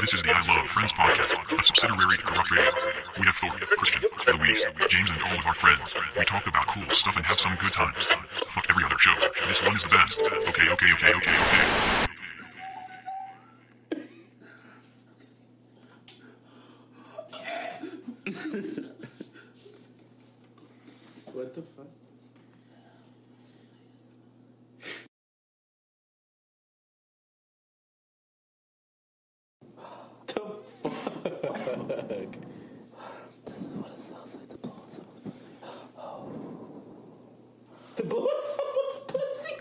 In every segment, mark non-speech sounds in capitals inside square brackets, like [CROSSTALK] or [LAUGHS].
This is the I Love Friends podcast, a subsidiary to Corrupt Radio. We have Thor, Christian, Louise, James, and all of our friends. We talk about cool stuff and have some good times. Fuck every other show. This one is the best. Okay, okay, okay, okay, okay. What the fuck? The blow in someone's pussy.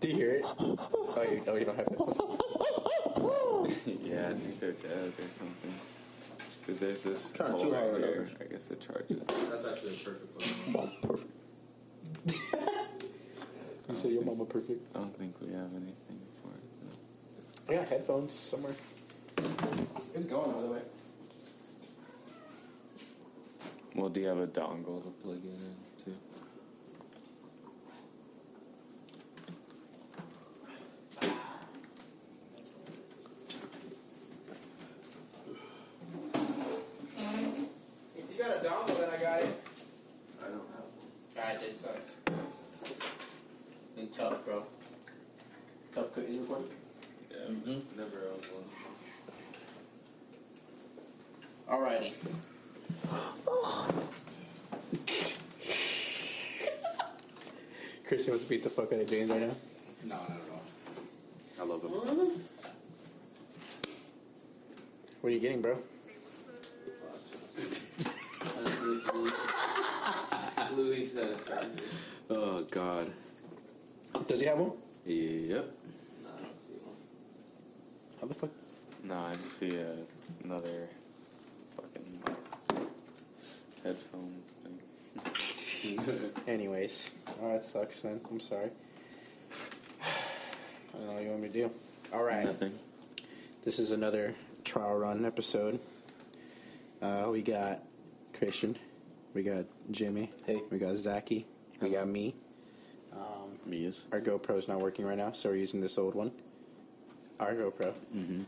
Do you hear it? Oh, you, oh, you don't have headphones. [LAUGHS] Yeah, I think they're jazz or something. Because there's this Kinda hole too right hard, here. though. I guess it charges. That's actually a perfect one. Mom, perfect. you say your mama perfect? I don't think we have anything for it. though. I got headphones somewhere. It's going by the way. Well, do you have a dongle to plug it in too? If you got a dongle, then I got it. I don't have one. Alright, then sucks. Then tough, bro. Tough cookies Mm-hmm. recording? Yeah, never owned one. Alrighty. Christian wants to beat the fuck out of James right now. No, not at all. I love them. What are you getting, bro? Louis said it. Oh God. Does he have one? Yep. How the fuck? No, I just see uh, another fucking headphone thing. Anyways, all right, sucks then. I'm sorry. [SIGHS] I don't know what you want me to do. All right, Nothing. this is another trial run episode. Uh, we got Christian, we got Jimmy, hey, we got Zachy, we got me. Me is. Our GoPro's not working right now, so we're using this old one. Our GoPro. Mm-hmm.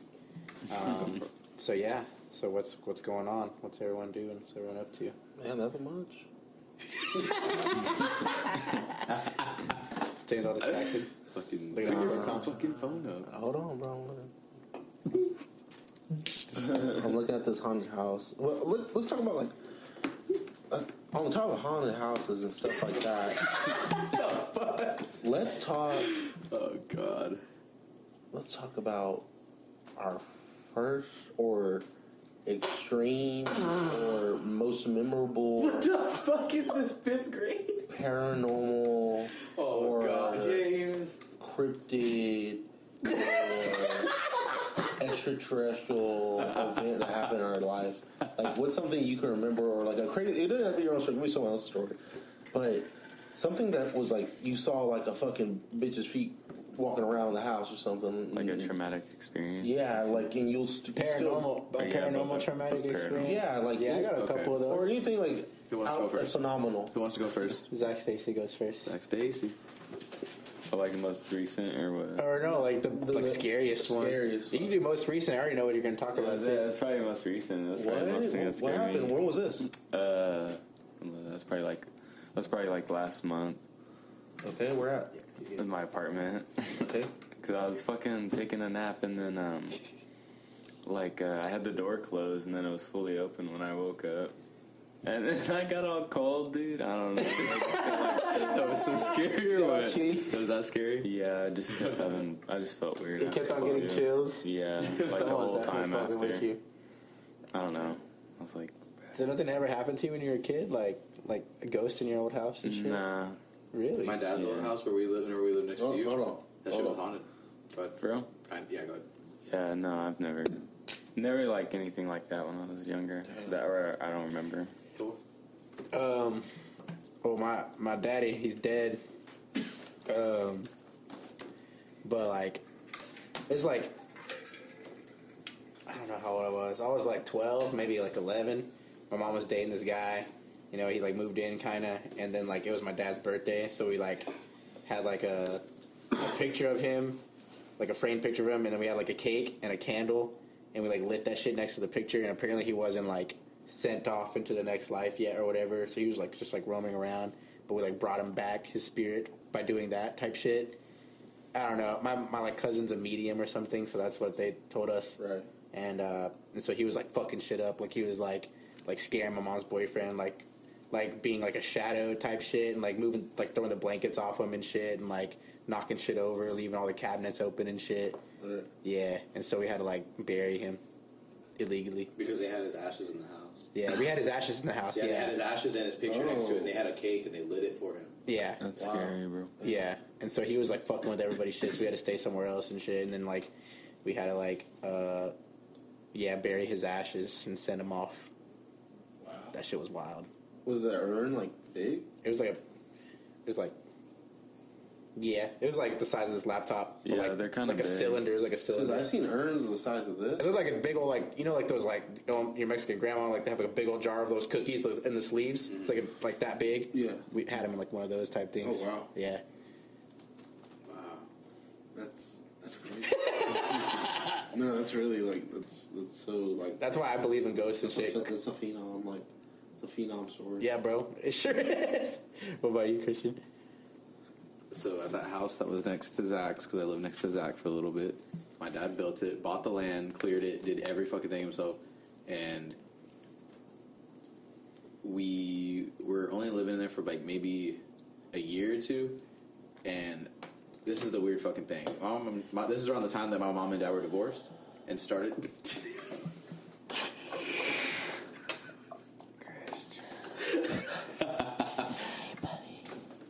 Um, so yeah. So what's what's going on? What's everyone doing? What's everyone up to? Man, nothing [LAUGHS] much. James all distracted. Fucking Look at pick that. your fucking phone up. Hold on, bro. I'm looking, I'm looking at this haunted house. Well, let, let's talk about like uh, on top of haunted houses and stuff like that. [LAUGHS] let's talk. Oh God. Let's talk about our first or extreme or most memorable The fuck is this fifth grade? Oh, paranormal or James. cryptid or extraterrestrial event that happened in our life. Like, what's something you can remember or like a crazy? It doesn't have to be your own story. It can be someone else's story, but something that was like you saw like a fucking bitch's feet walking around the house or something. Mm-hmm. Like a traumatic experience. yeah, like and you'll st- you still, Paranormal, but Yeah, paranormal but- but traumatic paranormal. experience. Yeah, like- yeah, I got a okay. couple of those. or anything like Who wants to out, go first? phenomenal. Who wants to go first? [LAUGHS] Zach Stacy goes first. Zach Stacy. Oh, like most recent or what? Or no, like the, The- like scariest, scariest. one. You can do most recent. I already know what you're going to talk Yeah, about. That's, it. that's probably most recent. That's probably What? the most thing that What scared happened? me. When was this? Uh, that's probably like that's probably like last month Okay, we're at. in my apartment [LAUGHS] Okay, because I was fucking taking a nap and then um like uh, I had the door closed and then it was fully open when I woke up and then [LAUGHS] I got all cold, dude. I don't know. [LAUGHS] That was so scary. or what? Keith. Was that scary? yeah, I just kept having. I just felt weird. You kept on getting after, dude. chills. [LAUGHS] Yeah, like the Someone's whole definitely time fucking after. with you. I don't know. I was like, Did nothing ever happen to you when you were a kid? Like like a ghost in your old house and shit? nah, Really? My dad's Yeah. old house where we live, where we live next hold, to you. hold on. That shit hold was on. haunted. But for real. yeah, go ahead. Yeah, no, I've never, never liked anything like that when I was younger. That or I don't remember. Cool. Um, well, my my daddy, he's dead. Um, but like, it's like, I don't know how old I was. I was like twelve, maybe like eleven. My mom was dating this guy. You know, he like moved in kind of, and then like it was my dad's birthday, so we like had like a, a picture of him like a framed picture of him, and then we had like a cake and a candle, and we like lit that shit next to the picture. And apparently, he wasn't like sent off into the next life yet or whatever. So he was like just like roaming around, but we like brought him back his spirit by doing that type shit. I don't know. My my like cousin's a medium or something, so that's what they told us. Right. And uh, and so he was like fucking shit up. Like he was like like scaring my mom's boyfriend, like like being like a shadow type shit, and like moving like throwing the blankets off him and shit, and like knocking shit over, leaving all the cabinets open and shit. Right. Yeah. And so we had to like bury him illegally. Because they had his ashes in the house. Yeah. We had his ashes in the house. Yeah, they had Yeah. his ashes and his picture next to it, and they had a cake and they lit it for him. Yeah. That's Wow. scary, bro. Yeah, and so he was like fucking with everybody's shit, so we had to stay somewhere else and shit. And then like we had to like uh yeah bury his ashes and send him off. Wow, that shit was wild. Was the urn like big? It was like a, it was like yeah, it was like the size of this laptop. but, Yeah, like, they're kinda like a big. cylinder. It was like a Because cylinder. I've seen urns the size of It this. was like a big old like you know like those like you know, your Mexican grandma like they have like a big old jar of those cookies those- in the sleeves It's like a, like that big. Yeah. we had him in like one of those type things. Oh, wow. Yeah, That's that's [LAUGHS] crazy. no, that's really like that's that's so like that's why I believe in ghosts and that's shit. a, [LAUGHS] that's a phenom like it's a phenom story. Yeah, bro, it sure is. [LAUGHS] What about you, Christian? So at that house that was next to Zach's, because I lived next to Zach for a little bit, my dad built it, bought the land, cleared it, did every fucking thing himself, and we were only living there for like maybe a year or two, and this is the weird fucking thing. My mom, my, this is around the time that my mom and dad were divorced and started.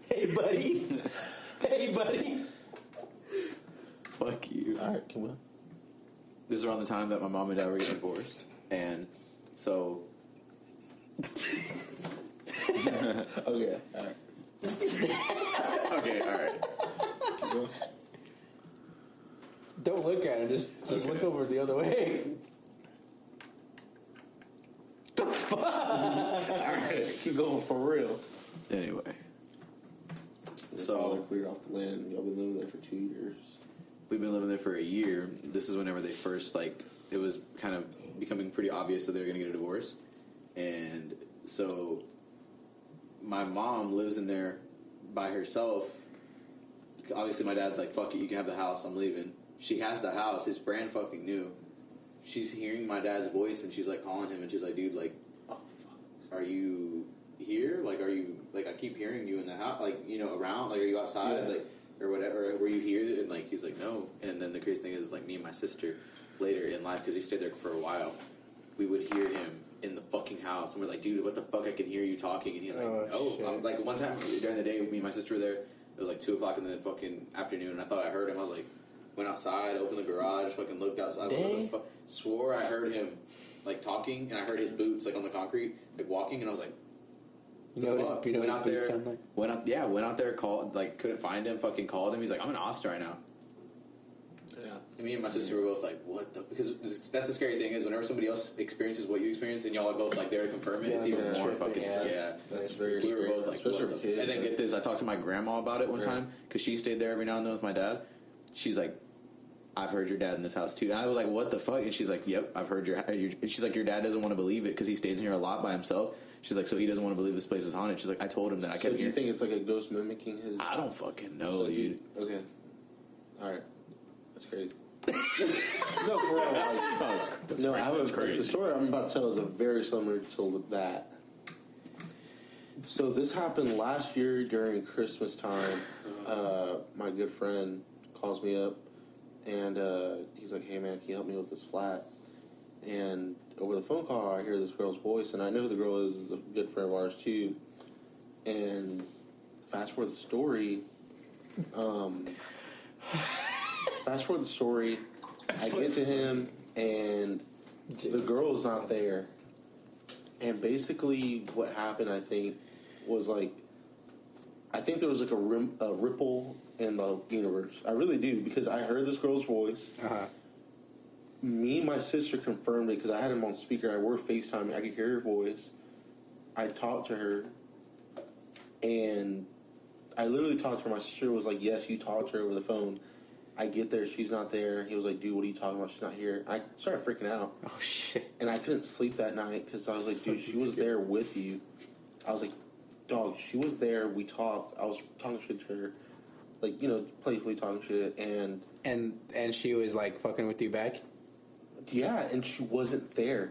Hey, buddy. hey, buddy. Fuck you. All right, come on. this is around the time that my mom and dad were getting divorced, and so [LAUGHS] Okay. All right. [LAUGHS] okay, all right. [LAUGHS] Don't look at him. Just, just look over the other way. [LAUGHS] Keep going for real. Anyway, So so cleared off the land. Y'all been living there for two years. we've been living there for a year. This is whenever they first like it was kind of becoming pretty obvious that they were going to get a divorce, and so my mom lives in there by herself. Obviously, my dad's like, "Fuck it, you can have the house. I'm leaving." She has the house. It's brand fucking new. She's hearing my dad's voice and she's like calling him and she's like, "Dude, like, are you here? Like, are you like? I keep hearing you in the house. Like, you know, around. Like, are you outside? Yeah. Like, or whatever. Were you here?" And like, he's like, "No." And then the crazy thing is, like, me and my sister later in life because he stayed there for a while, we would hear him. In the fucking house, and we're like, dude, what the fuck? I can hear you talking, and he's like, Oh, no, shit. I'm, like one time during the day, me and my sister were there. It was like two o'clock in the fucking afternoon, and I thought I heard him. I was like, went outside, opened the garage, fucking looked outside, what the Dang. fuck? swore I heard him like talking, and I heard his boots like on the concrete, like walking, and I was like, [LAUGHS] You know, fuck? what his, you know went what out his boots there, sound like? went out, yeah, went out there, called, like couldn't find him, fucking called him. He's like, I'm in Austin right now. Yeah. And me and my sister were both like, "What the?" Because that's the scary thing is whenever somebody else experiences what you experience, and y'all are both like there to confirm it, it's even Yeah, more tripping, fucking yeah. yeah. That's very We were scary, both like, especially what for the- kids. and then get this. I talked to my grandma about it one Yeah. time because she stayed there every now and then with my dad. She's like, I've heard your dad in this house too. And I was like, what the fuck? And she's like, yep, I've heard your. your and she's like, your dad doesn't want to believe it because he stays in here a lot by himself. She's like, so he doesn't want to believe this place is haunted. She's like, I told him that I So kept do you hearing. think it's like a ghost mimicking his? I don't fucking know, So do you- dude. Okay. All right. [LAUGHS] That's crazy. no, for real. Like, Oh, it's, that's no, cra- I have a, that's crazy. the story I'm about to tell is a very similar to that. So this happened last year during Christmas time. Uh, my good friend calls me up, and uh, he's like, "Hey man, can you help me with this flat?" And over the phone call, I hear this girl's voice, and I know who the girl is. is a good friend of ours too. And fast forward the story. Um, fast forward the story. I get to him, and the girl's not there. And basically, what happened, I think, was like, I think there was like a, rim, a ripple in the universe. I really do because I heard this girl's voice. Uh-huh. Me and my sister confirmed it because I had him on speaker. I wore FaceTime. I could hear her voice. I talked to her, and I literally talked to her. My sister was like, "Yes, you talked to her over the phone." I get there, she's not there. He was like, dude, what are you talking about? She's not here. I started freaking out. Oh shit. And I couldn't sleep that night because I was like, dude, she was there with you. I was like, dog, she was there. We talked. I was talking shit to her. Like, you know, playfully talking shit. And And and she was like fucking with you back. yeah, and she wasn't there.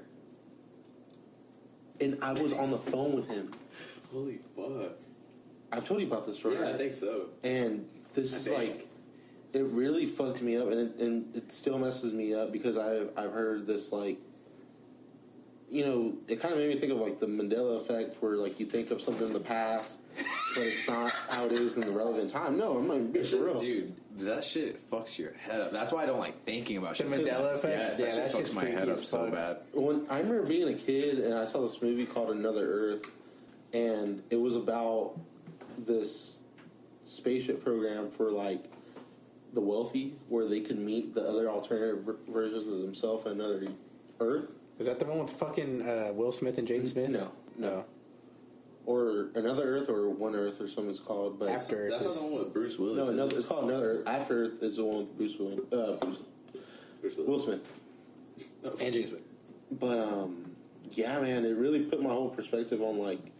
And I was on the phone with him. Holy fuck. I've told you about this story. Yeah, I right? think so. and this I is think. like it really fucked me up and it, and it still messes me up because I've, I've heard this like you know it kind of made me think of like the mandela effect where like you think of something in the past but it's not how it is in the relevant time no i'm not being for real Dude, that shit fucks your head up. That's why I don't like thinking about The shit. Mandela effect? Yes, Yeah, that that shit shit's fucks my head freaky up as so fuck. bad. when I remember being a kid and I saw this movie called Another Earth, and it was about this spaceship program for like the wealthy, where they could meet the other alternative ver- versions of themselves on another Earth. Was that the one with fucking uh, Will Smith and Jaden Smith? No, no. or another Earth, or one Earth, or something it's called. But After Earth That's not is- the one with Bruce Willis. no, is another, it? it's called Another Earth. After Earth is the one with Bruce Willis, uh, Bruce, Bruce Willis. Will Smith. and Jaden Smith. But um, yeah, man, it really put my whole perspective on like,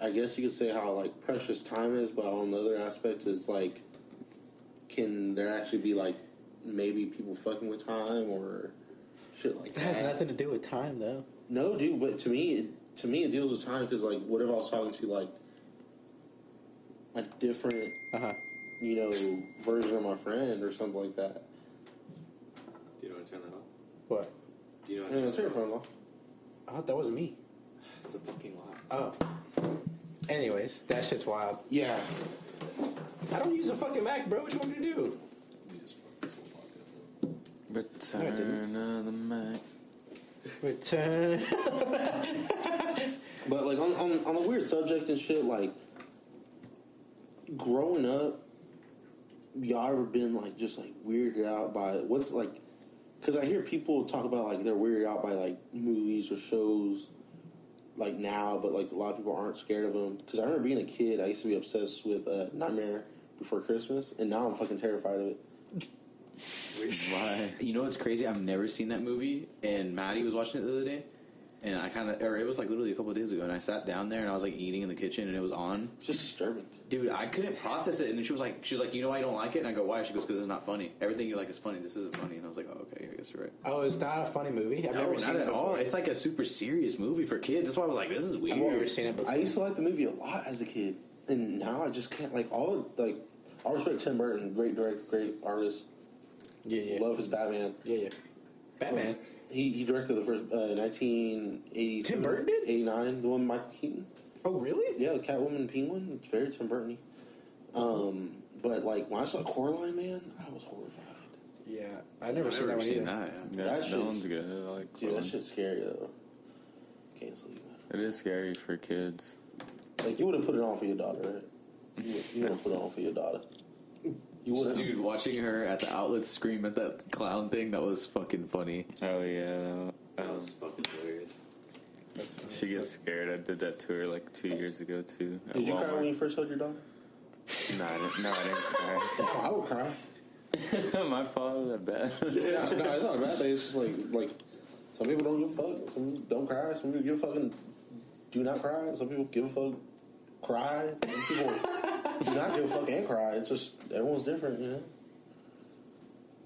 I guess you could say how like precious time is, but on the other aspect is like, can there actually be like maybe people fucking with time or shit like That that? has nothing to do with time though. No, dude, but to me, it, to me, it deals with time because like, what if I was talking to like a different, Uh huh. you know, version of my friend or something like that? Do you know how to turn that off? What? Do you know how And to I'll turn your phone off. Oh, that wasn't me. It's a fucking lie. Oh. Anyways, that shit's wild. Yeah, I don't use a fucking Mac, bro. What you want me to do? Return of the Mac. Return. [LAUGHS] But like on, on on the weird subject and shit, like growing up, y'all ever been like just like weirded out by what's like? Because I hear people talk about like they're weirded out by like movies or shows, like now, but like a lot of people aren't scared of them. Because I remember being a kid, I used to be obsessed with uh, Nightmare Before Christmas, and now I'm fucking terrified of it. [LAUGHS] Why? You know what's crazy? I've never seen that movie, and Maddie was watching it the other day, and I kind of, or it was like literally a couple of days ago, and I sat down there and I was like eating in the kitchen, and it was on. It's just disturbing. Dude, I couldn't process it, and she was like, she was like, you know, why I don't like it, and I go, why? She goes, because it's not funny. Everything you like is funny. This isn't funny, and I was like, oh, okay, I guess you're right. oh, it's not a funny movie. I've No, never seen not it at all. before. It's like a super serious movie for kids. That's why I was like, this is weird. I've never seen it before. I used to like the movie a lot as a kid, and now I just can't. Like all like, I respect Tim Burton, great direct, great artist. yeah, yeah, Love his Batman. yeah, yeah. Batman. He he directed the first uh, nineteen eighty. Tim Burton did? eighty nine. The one with Michael Keaton. Oh, really? Yeah, Catwoman and Penguin. It's very Tim Burton. Um, but like when I saw Coraline, man, I was horrified. Yeah, I never I've seen that never one seen either. that. Yeah, yeah. That that, shit's- one's good. I like Dude, that that one. shit's scary though. Can't sleep. It is scary for kids. Like you would have put it on for your daughter, right? You would- You would have put it on for your daughter. You would have. Dude, watching her at the outlet scream at that clown thing, that was fucking funny. Oh yeah, Oh, um, fucking hilarious. she gets scared. I did that to her like two years ago too. at Did you cry Walmart. when you first hugged your daughter? No, I didn't, no, I didn't Oh, [LAUGHS] I would cry. cry. [LAUGHS] My father that [LAUGHS] bad. no, no, it's not a bad thing. It's just like like some people don't give a fuck. Some people don't cry. Some people give a fucking do not cry. Some people give a fuck cry. Some people do not give a fuck and cry. It's just everyone's different, you know.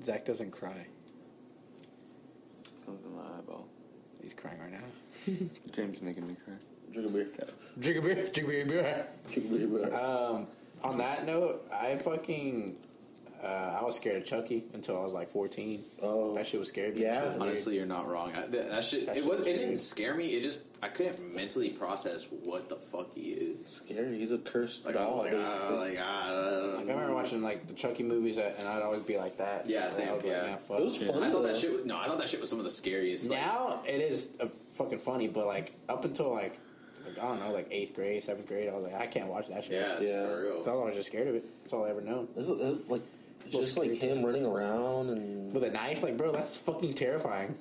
Zach doesn't cry. Something in my eyeball. He's crying right now. James making me cry. Drink a beer. Drink a beer. Drink a beer. beer. Drink a beer. bro. Um, on that note, I fucking uh, I was scared of Chucky until I was like fourteen. Oh. that shit was scary. Yeah. That shit was weird. Honestly, you're not wrong. I, that, that shit, That it shit was, was it didn't weird. scare me. It just, I couldn't mentally process what the fuck he is. Gary, he's a cursed Like, I doll. was like, ah, basically. like, ah, da, da, Like, da. I remember watching like the Chucky movies, uh, and I'd always be like that. Yeah, And I same, was like, yeah. "Nah, fuck It was shit." fun. I thought though. that shit. Was, no, I thought that shit was some of the scariest. Like, Now it is uh, fucking funny, but like up until like, like, I don't know, like eighth grade, seventh grade, I was like, I can't watch that shit. yeah, Yeah. yeah, for So I real. was always just scared of it. That's all I ever known. This is, this is like it's just like him running around and With a knife, like bro, that's fucking terrifying.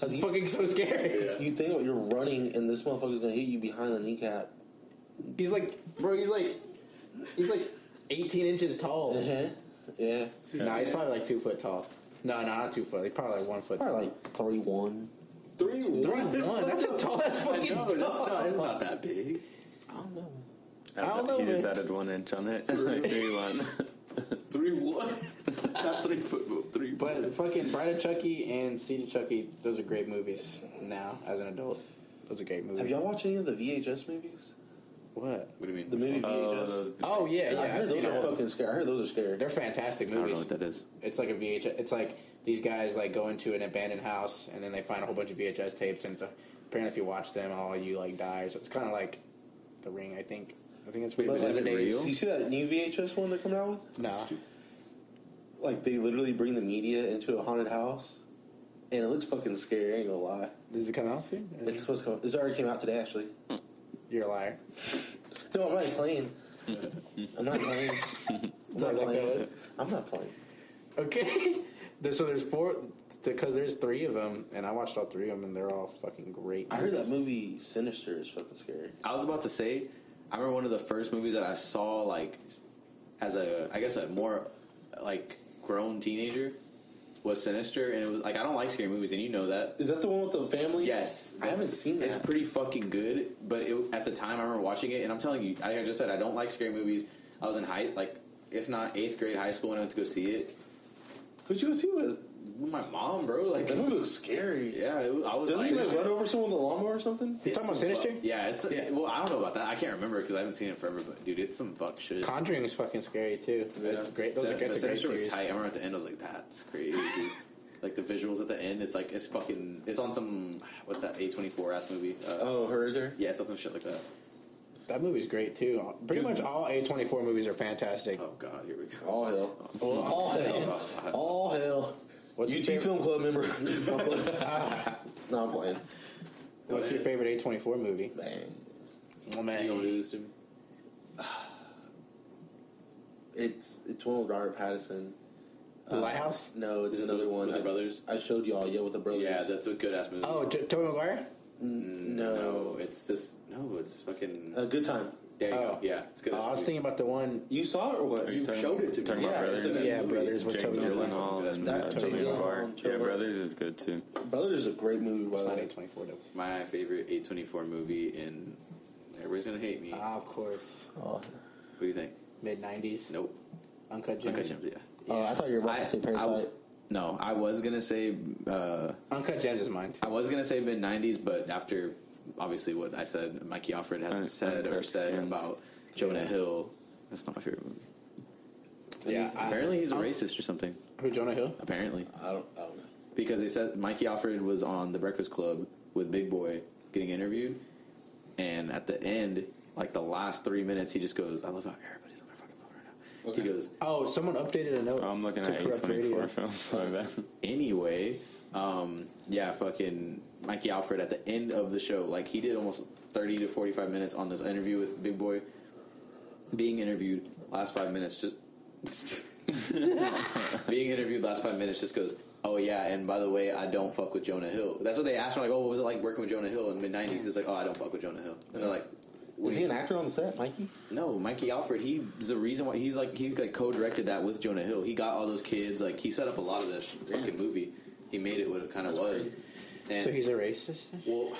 That's fucking so scary. Yeah. you think about you're running and this motherfucker's gonna hit you behind the kneecap. [LAUGHS] He's like, bro, he's like, he's like, eighteen inches tall. Uh-huh. Yeah. No, he's probably like two foot tall. No, no, not two foot. He's probably like one foot. Probably like 31. Three, Three [LAUGHS] one. [LAUGHS] That's a tall ass fucking No, that's not. It's dog. not that big. I don't know. I don't know, he just man. added one inch on it. [LAUGHS] like three one. [LAUGHS] Three one, [LAUGHS] not three foot, but three. But fucking Bride of Chucky and Seed of Chucky, those are great movies now as an adult. Those are great movies. Have y'all watched any of the VHS movies? What? what do you mean? The movie VHS? Oh, those, Oh yeah, yeah, I yeah. heard I've those seen are all. fucking scary. I heard those are scary. They're fantastic I don't know movies. what that is. It's like a VHS. It's like these guys like go into an abandoned house and then they find a whole bunch of VHS tapes and it's a, apparently if you watch them, all you like die. So it's kind of like The Ring. I think. I think it's. but Wait, is it real? You see that new VHS one they're coming out with? No. Like they literally bring the media into a haunted house, and it looks fucking scary. I ain't gonna lie. Does it come out soon? Or- It's supposed to come. This already came out today, actually. You're a liar. No, I'm not playing. I'm not playing. [LAUGHS] I'm not playing. I'm not playing. Okay. [LAUGHS] There- so there's four because there's three of them, and I watched all three of them, and they're all fucking great. I heard that movie Sinister is fucking scary. I was about to say, I remember one of the first movies that I saw, like, as a, I guess a more, like, grown teenager, was Sinister, and it was like I don't like scary movies, and you know that. Is that the one with the family? Yes, I haven't seen that. It's pretty fucking good, but it, at the time I remember watching it, and I'm telling you, like I just said, I don't like scary movies. I was in high, like, if not eighth grade high school, when I went to go see it. Who'd you go see with? My mom, bro, like, That movie looks scary. yeah, it was, I was Doesn't he like, like run over someone with a lawnmower or something? You talking about Sinister? yeah, it's well, I don't know about that. I can't remember because I haven't seen it forever. But dude, it's some fuck shit. Conjuring is fucking scary too. That's great. Those Sin- are good. but That's a great Sinister was series. tight. I remember at the end, I was like, "That's crazy." like the visuals at the end, it's like it's fucking. It's on some what's that A twenty four ass movie? Uh, Oh, Hereditary. Yeah, it's on some shit like that. That movie's great too. Pretty much all A24 movies are fantastic. Oh god, here we go. All hell. All hell. All hell. What's your UT favorite? Film Club member. [LAUGHS] no, I'm playing. What's your favorite A24 movie? Man, Oh You gonna man, do this to me? it's it's one with Robert Pattinson. Uh, The Lighthouse. No, it's Is it another the- one. with the I- brothers? I showed y'all. Yeah, with the brothers. Yeah, that's a good ass movie. Mm, Oh, J- Tobey Maguire. N- no, no. Uh, it's this. No, it's fucking. A good time. there you oh. go. Yeah, it's a good. Uh, ass I was movie. thinking about the one. You saw it or what? Are you you talking- showed it to me. talking about Yeah, Brothers? it's a- Yeah, Yeah, movie. brothers with Jake Tobey Maguire. Gyllenhaal. Gyllenhaal That's and that Tobey Jake Gyllenhaal Maguire. and Tobey Yeah, Maguire. Brothers is good too. Brothers is a great movie. By It's the not way. A24 though. My favorite A twenty four movie, and everybody's gonna hate me. Ah, of course. Oh, what do you think? Mid '90s. Nope. Uncut Gems. Uncut Gems. Yeah. oh, I thought you were about to say Parasite. no, I was gonna say. Uh, Uncut Gems is mine. I was gonna say mid '90s, but after obviously what I said, Mikey Alfred hasn't Un- said or Uncut said Gems. about Jonah Hill. That's not my favorite movie. Yeah. I- Apparently, he's a racist or something. Who Jonah Hill? Apparently, I don't. I don't know. because they said Mikey Alfred was on The Breakfast Club with Big Boy getting interviewed, and at the end, like the last three minutes, he just goes, "I love how everybody's on their fucking phone right now." He goes, Oh, someone updated a note. I'm looking to at corrupt radio. A24 [LAUGHS] films. My bad. anyway, um, yeah, fucking Mikey Alfred at the end of the show, like he did almost thirty to forty-five minutes on this interview with Big Boy, being interviewed. Last five minutes, just [LAUGHS] being interviewed. Last five minutes, just goes. Oh yeah, and by the way, I don't fuck with Jonah Hill. That's what they asked me. Like, oh, what was it like working with Jonah Hill in mid '90s? It's like, oh, I don't fuck with Jonah Hill. And they're like, what Is do he you- an actor on the set, Mikey? no, Mikey Alfred. He's the reason why he's like he like co-directed that with Jonah Hill. He got all those kids. Like he set up a lot of this fucking movie. He made it what it kind of was. And So he's a racist. well,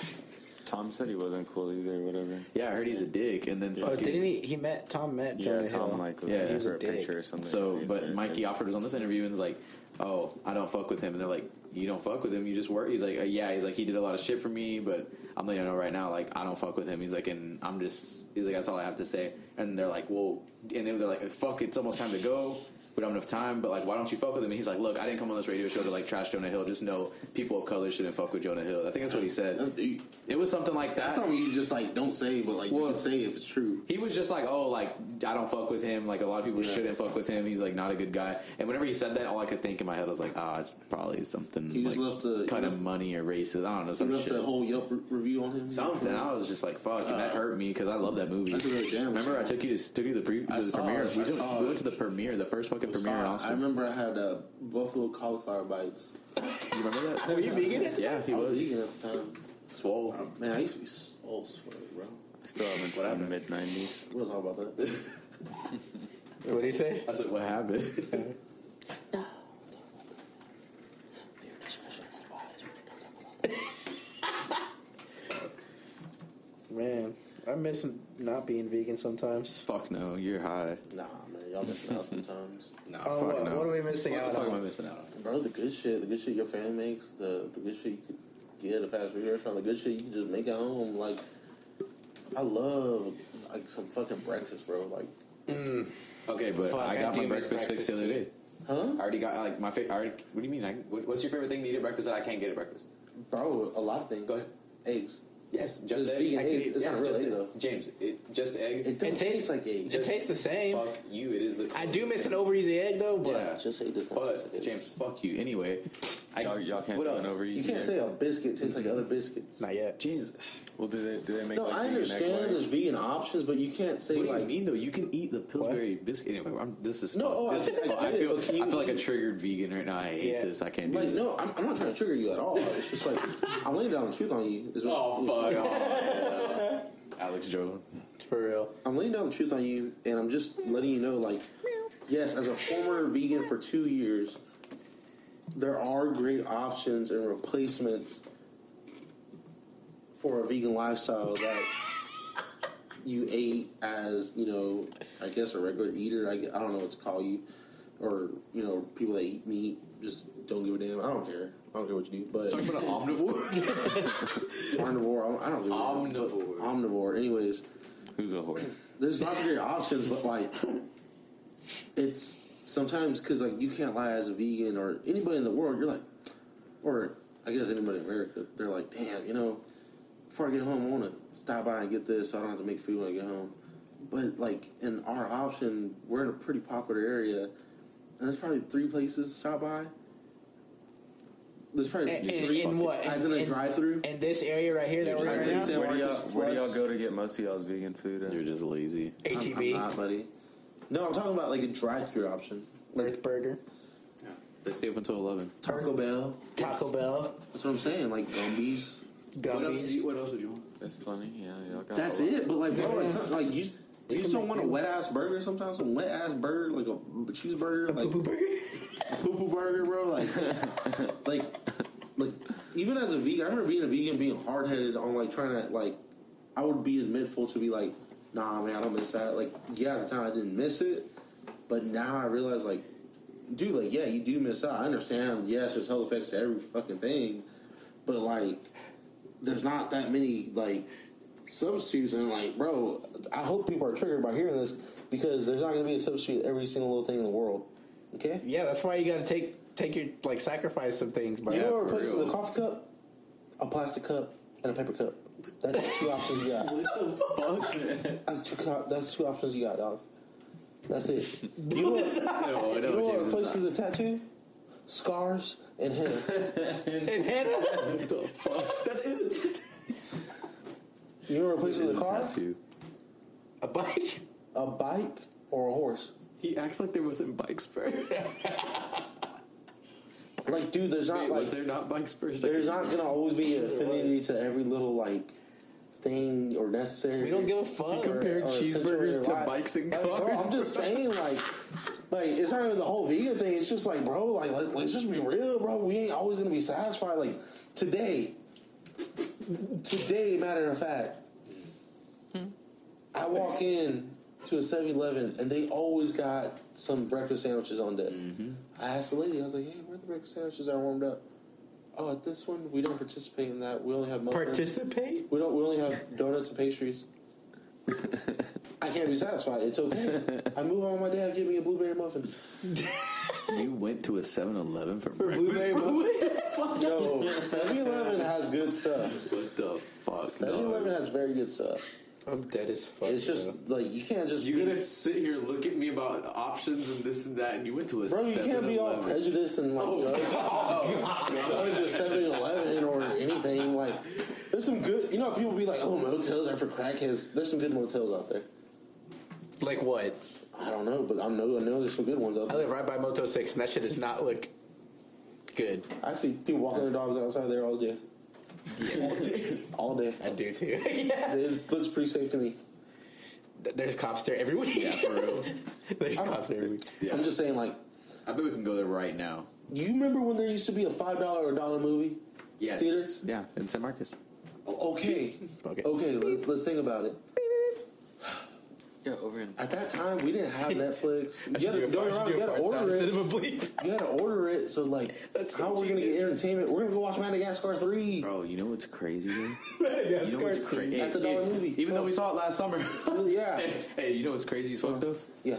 Tom said he wasn't cool either. Whatever. yeah, I heard he's a dick. And then Oh, fucking didn't he? He met Tom. Met Jonah Yeah, Tom Hill. like was Yeah, yeah, he was for a a dick. picture or something. so. Yeah, But yeah. Mikey Alfred was on this interview and was like, "Oh, I don't fuck with him." And they're like, "You don't fuck with him. You just work." He's like, uh, "Yeah." He's like, "He did a lot of shit for me, but I'm letting you know right now, like, I don't fuck with him." He's like, "And I'm just." He's like, "That's all I have to say." And they're like, "Well," and then they're like, "Fuck, it's almost time to go." We don't have enough time, but like, why don't you fuck with him? And he's like, "Look, I didn't come on this radio show to like trash Jonah Hill. Just know people of color shouldn't fuck with Jonah Hill." I think that's what he said. deep. It was something like that. That's something you just like don't say, but like Well- you can say if it's true. He was just like, oh, like I don't fuck with him. Like a lot of people shouldn't fuck with him. He's like not a good guy. And whenever he said that, all I could think in my head was like, ah, it's probably something. He just like, left the- kind he of left- money or racist. I don't know So some left shit. the whole Yelp re- review on him. Something. I was just like, fuck, and that hurt me because I love that movie. Uh, That's really damn Remember, I sad. took you to took you to the, pre- to I the saw premiere. it. We, I took- saw we it. went to the premiere, the first fucking premiere in I Austin. remember I had uh, buffalo cauliflower bites. you remember that? Were you vegan? at the- Yeah, Oh, he I was was. vegan at the time. Swole. Um, man, I used to be so swole, bro. I still haven't happened? seen mid '90s. [LAUGHS] We don't talk about that. What do you say? I said, what happened? [LAUGHS] Your discretion is advised when it comes up with all Man, I miss not being vegan sometimes. fuck no, you're high. Nah, man, y'all miss out sometimes. Nah, Oh, fuck what- no. what are we missing What out the fuck on? am I missing out on? Bro, the good shit, the good shit your family makes, the the good shit you could get at a fast food restaurant, the good shit you can just make at home. Like, I love like some fucking breakfast, bro. Like, Okay, but Fuck, I I got do my miss breakfast fixed breakfast, the other day. huh, I already got like my favorite. Already, what do you mean? I, what- what's your favorite thing to eat at breakfast that I can't get at breakfast? bro? A lot of things. Go ahead. Eggs. Yes, just It's egg. vegan I can egg. eat- It's yes, not real just egg, egg. though. James, it, just egg. It, don't tastes- tastes like eggs. It tastes the same. fuck you. It is. The, I do miss an over easy egg though, but Yeah. Just say it does not taste But like James, fuck you. Anyway, I, Y'all, y'all can't What do else? an over You easy. can't say a biscuit tastes like other biscuits. not yet. James, Well, do they do they make No, like I vegan egg understand whites? there's vegan options, but you can't say what do you like mean though? You can eat the Pillsbury biscuit. Anyway, I'm, this is No, fun. oh, I this think is I fun. I get it, feel, but can you I feel like a eat- triggered vegan right now. I hate Yeah. this. I can't do Like this. no, I'm, I'm not trying to trigger you at all. It's just like I'm laying down the truth on you. Is what, Oh fuck [LAUGHS] off. Alex Joe. For real. I'm laying down the truth on you, and I'm just letting you know, like, yes, as a former vegan for two years, there are great options and replacements for a vegan lifestyle that you ate as, you know, I guess a regular eater. I, gue- I don't know what to call you, or you know, people that eat meat just don't give a damn. I don't care. I don't care what you do, but Talking about an omnivore. omnivore, I don't- I don't give a damn. omnivore. omnivore. Anyways. Who's a whore? there's lots of great options, but like, [LAUGHS] it's sometimes because like you can't lie as a vegan or anybody in the world. You're like, or I guess anybody in America, they're like, damn, you know, before I get home, I want to stop by and get this. So I don't have to make food when I get home. But like in our option, we're in a pretty popular area, and there's probably three places to stop by. There's probably And, and, three and what? as in and, a drive-through. And this area right here that we're just- in right now? Where do y'all where do y'all Plus- go to get most of y'all's vegan food? At? You're just lazy. I'm, I'm HEB, not, buddy. No, I'm talking about like a drive-through option, like Earth Burger, [LAUGHS] They stay up until eleven. Taco Bell. Taco Bell, That's what I'm saying. Like Gumby's. Gumby's. What else would you want? That's funny. Yeah, y'all got. That's a lot. it. But like, bro, it's not, like you. You just don't make want a do. wet ass burger sometimes, a wet ass burger, like a cheeseburger, like Boo Boo Burger. poo poo burger, bro. Like, like, like, even as a vegan, I remember being a vegan, being hard headed on like trying to like, I would be admitful to be like, nah, man, I don't miss that. Like, yeah, at the time I didn't miss it, but now I realize like, dude, like, yeah, you do miss out. I understand. Yes, there's health effects to every fucking thing, but like, there's not that many like substitutes and like bro i hope people are triggered by hearing this because there's not going to be a substitute with every single little thing in the world okay [LAUGHS] Yeah, that's why you gotta take take your like sacrifice some things, bro. you know what for replaces real. a coffee cup? A plastic cup and a paper cup. That's two options you [LAUGHS] got. Oh, That's two. co- That's two options you got, dog. That's it. [LAUGHS] You know what, No, you know no, what James. is replaces a tattoo? Scars [LAUGHS] and hair. And Hannah, not. The fuck? That is a tattoo. You know what replaces a car? tattoo. a [LAUGHS] bike. A bike or a horse? He acts like there wasn't bike [LAUGHS] spurs. Like, dude, there's not Wait, like was there not bike spurs? there's not gonna always [LAUGHS] be an affinity to every little like thing or necessary. We don't give a fuck. or- compared or essential cheeseburgers in your to life. bikes and Like, bro, cars, I'm just saying, like, like it's not even the whole vegan thing. It's just like, bro, like let, let's just be real, bro. We ain't always gonna be satisfied. Like today, today, matter of fact, I walk in to a 7-Eleven and they always got some breakfast sandwiches on deck. Mm-hmm. I asked the lady, I was like, hey, where the breakfast sandwiches are warmed up? Oh, at this one, we don't participate in that. We only have muffins. Participate. We don't. We only have donuts [LAUGHS] and pastries. I can't be satisfied. It's okay. I move on. My dad give me a blueberry muffin. You went to a 7 Eleven for breakfast. [LAUGHS] Blueberry muffin. Yo, 7-Eleven has good stuff. What the fuck, 7-Eleven dog? has very good stuff. I'm dead as fuck. It's just like you can't just You're be, gonna sit here look at me about options and this and that, and you went to a bro. You can't be all 7-Eleven. prejudiced and Oh, like judge, judge a 7-Eleven or anything. Like there's some good. You know, how people be like, oh, motels are for crackheads. There's some good motels out there. bro. like what? I don't know, but I know I know there's some good ones out I there. live right by Moto Six, and that shit does not look good. I see people walking their dogs outside there all day. all day. I do too. [LAUGHS] It looks pretty safe to me. th- there's cops there every week. [LAUGHS] Yeah, for real. Uh-huh. there's cops there every week. Yeah. I'm just saying, like, I bet we can go there right now. you remember when there used to be a five dollar or dollar movie? Yes. Theater? Yeah, in San Marcos. O- Okay, Okay. okay. Let, let's think about it. Yeah, over in. At that time, we [LAUGHS] didn't have Netflix. I you should had to, do a don't fart- get me I should do a wrong, you had to fart sound order instead it. of a [LAUGHS] bleep. You had to order it. So like, That's so how are we gonna get genius. entertainment? We're gonna go watch Madagascar three. Bro, you know what's [LAUGHS] crazy? dude? Madagascar. you know what's crazy? At the dollar movie. Even though we saw it last [LAUGHS] summer. [LAUGHS] Yeah, hey, you know what's crazy as fuck though? yeah.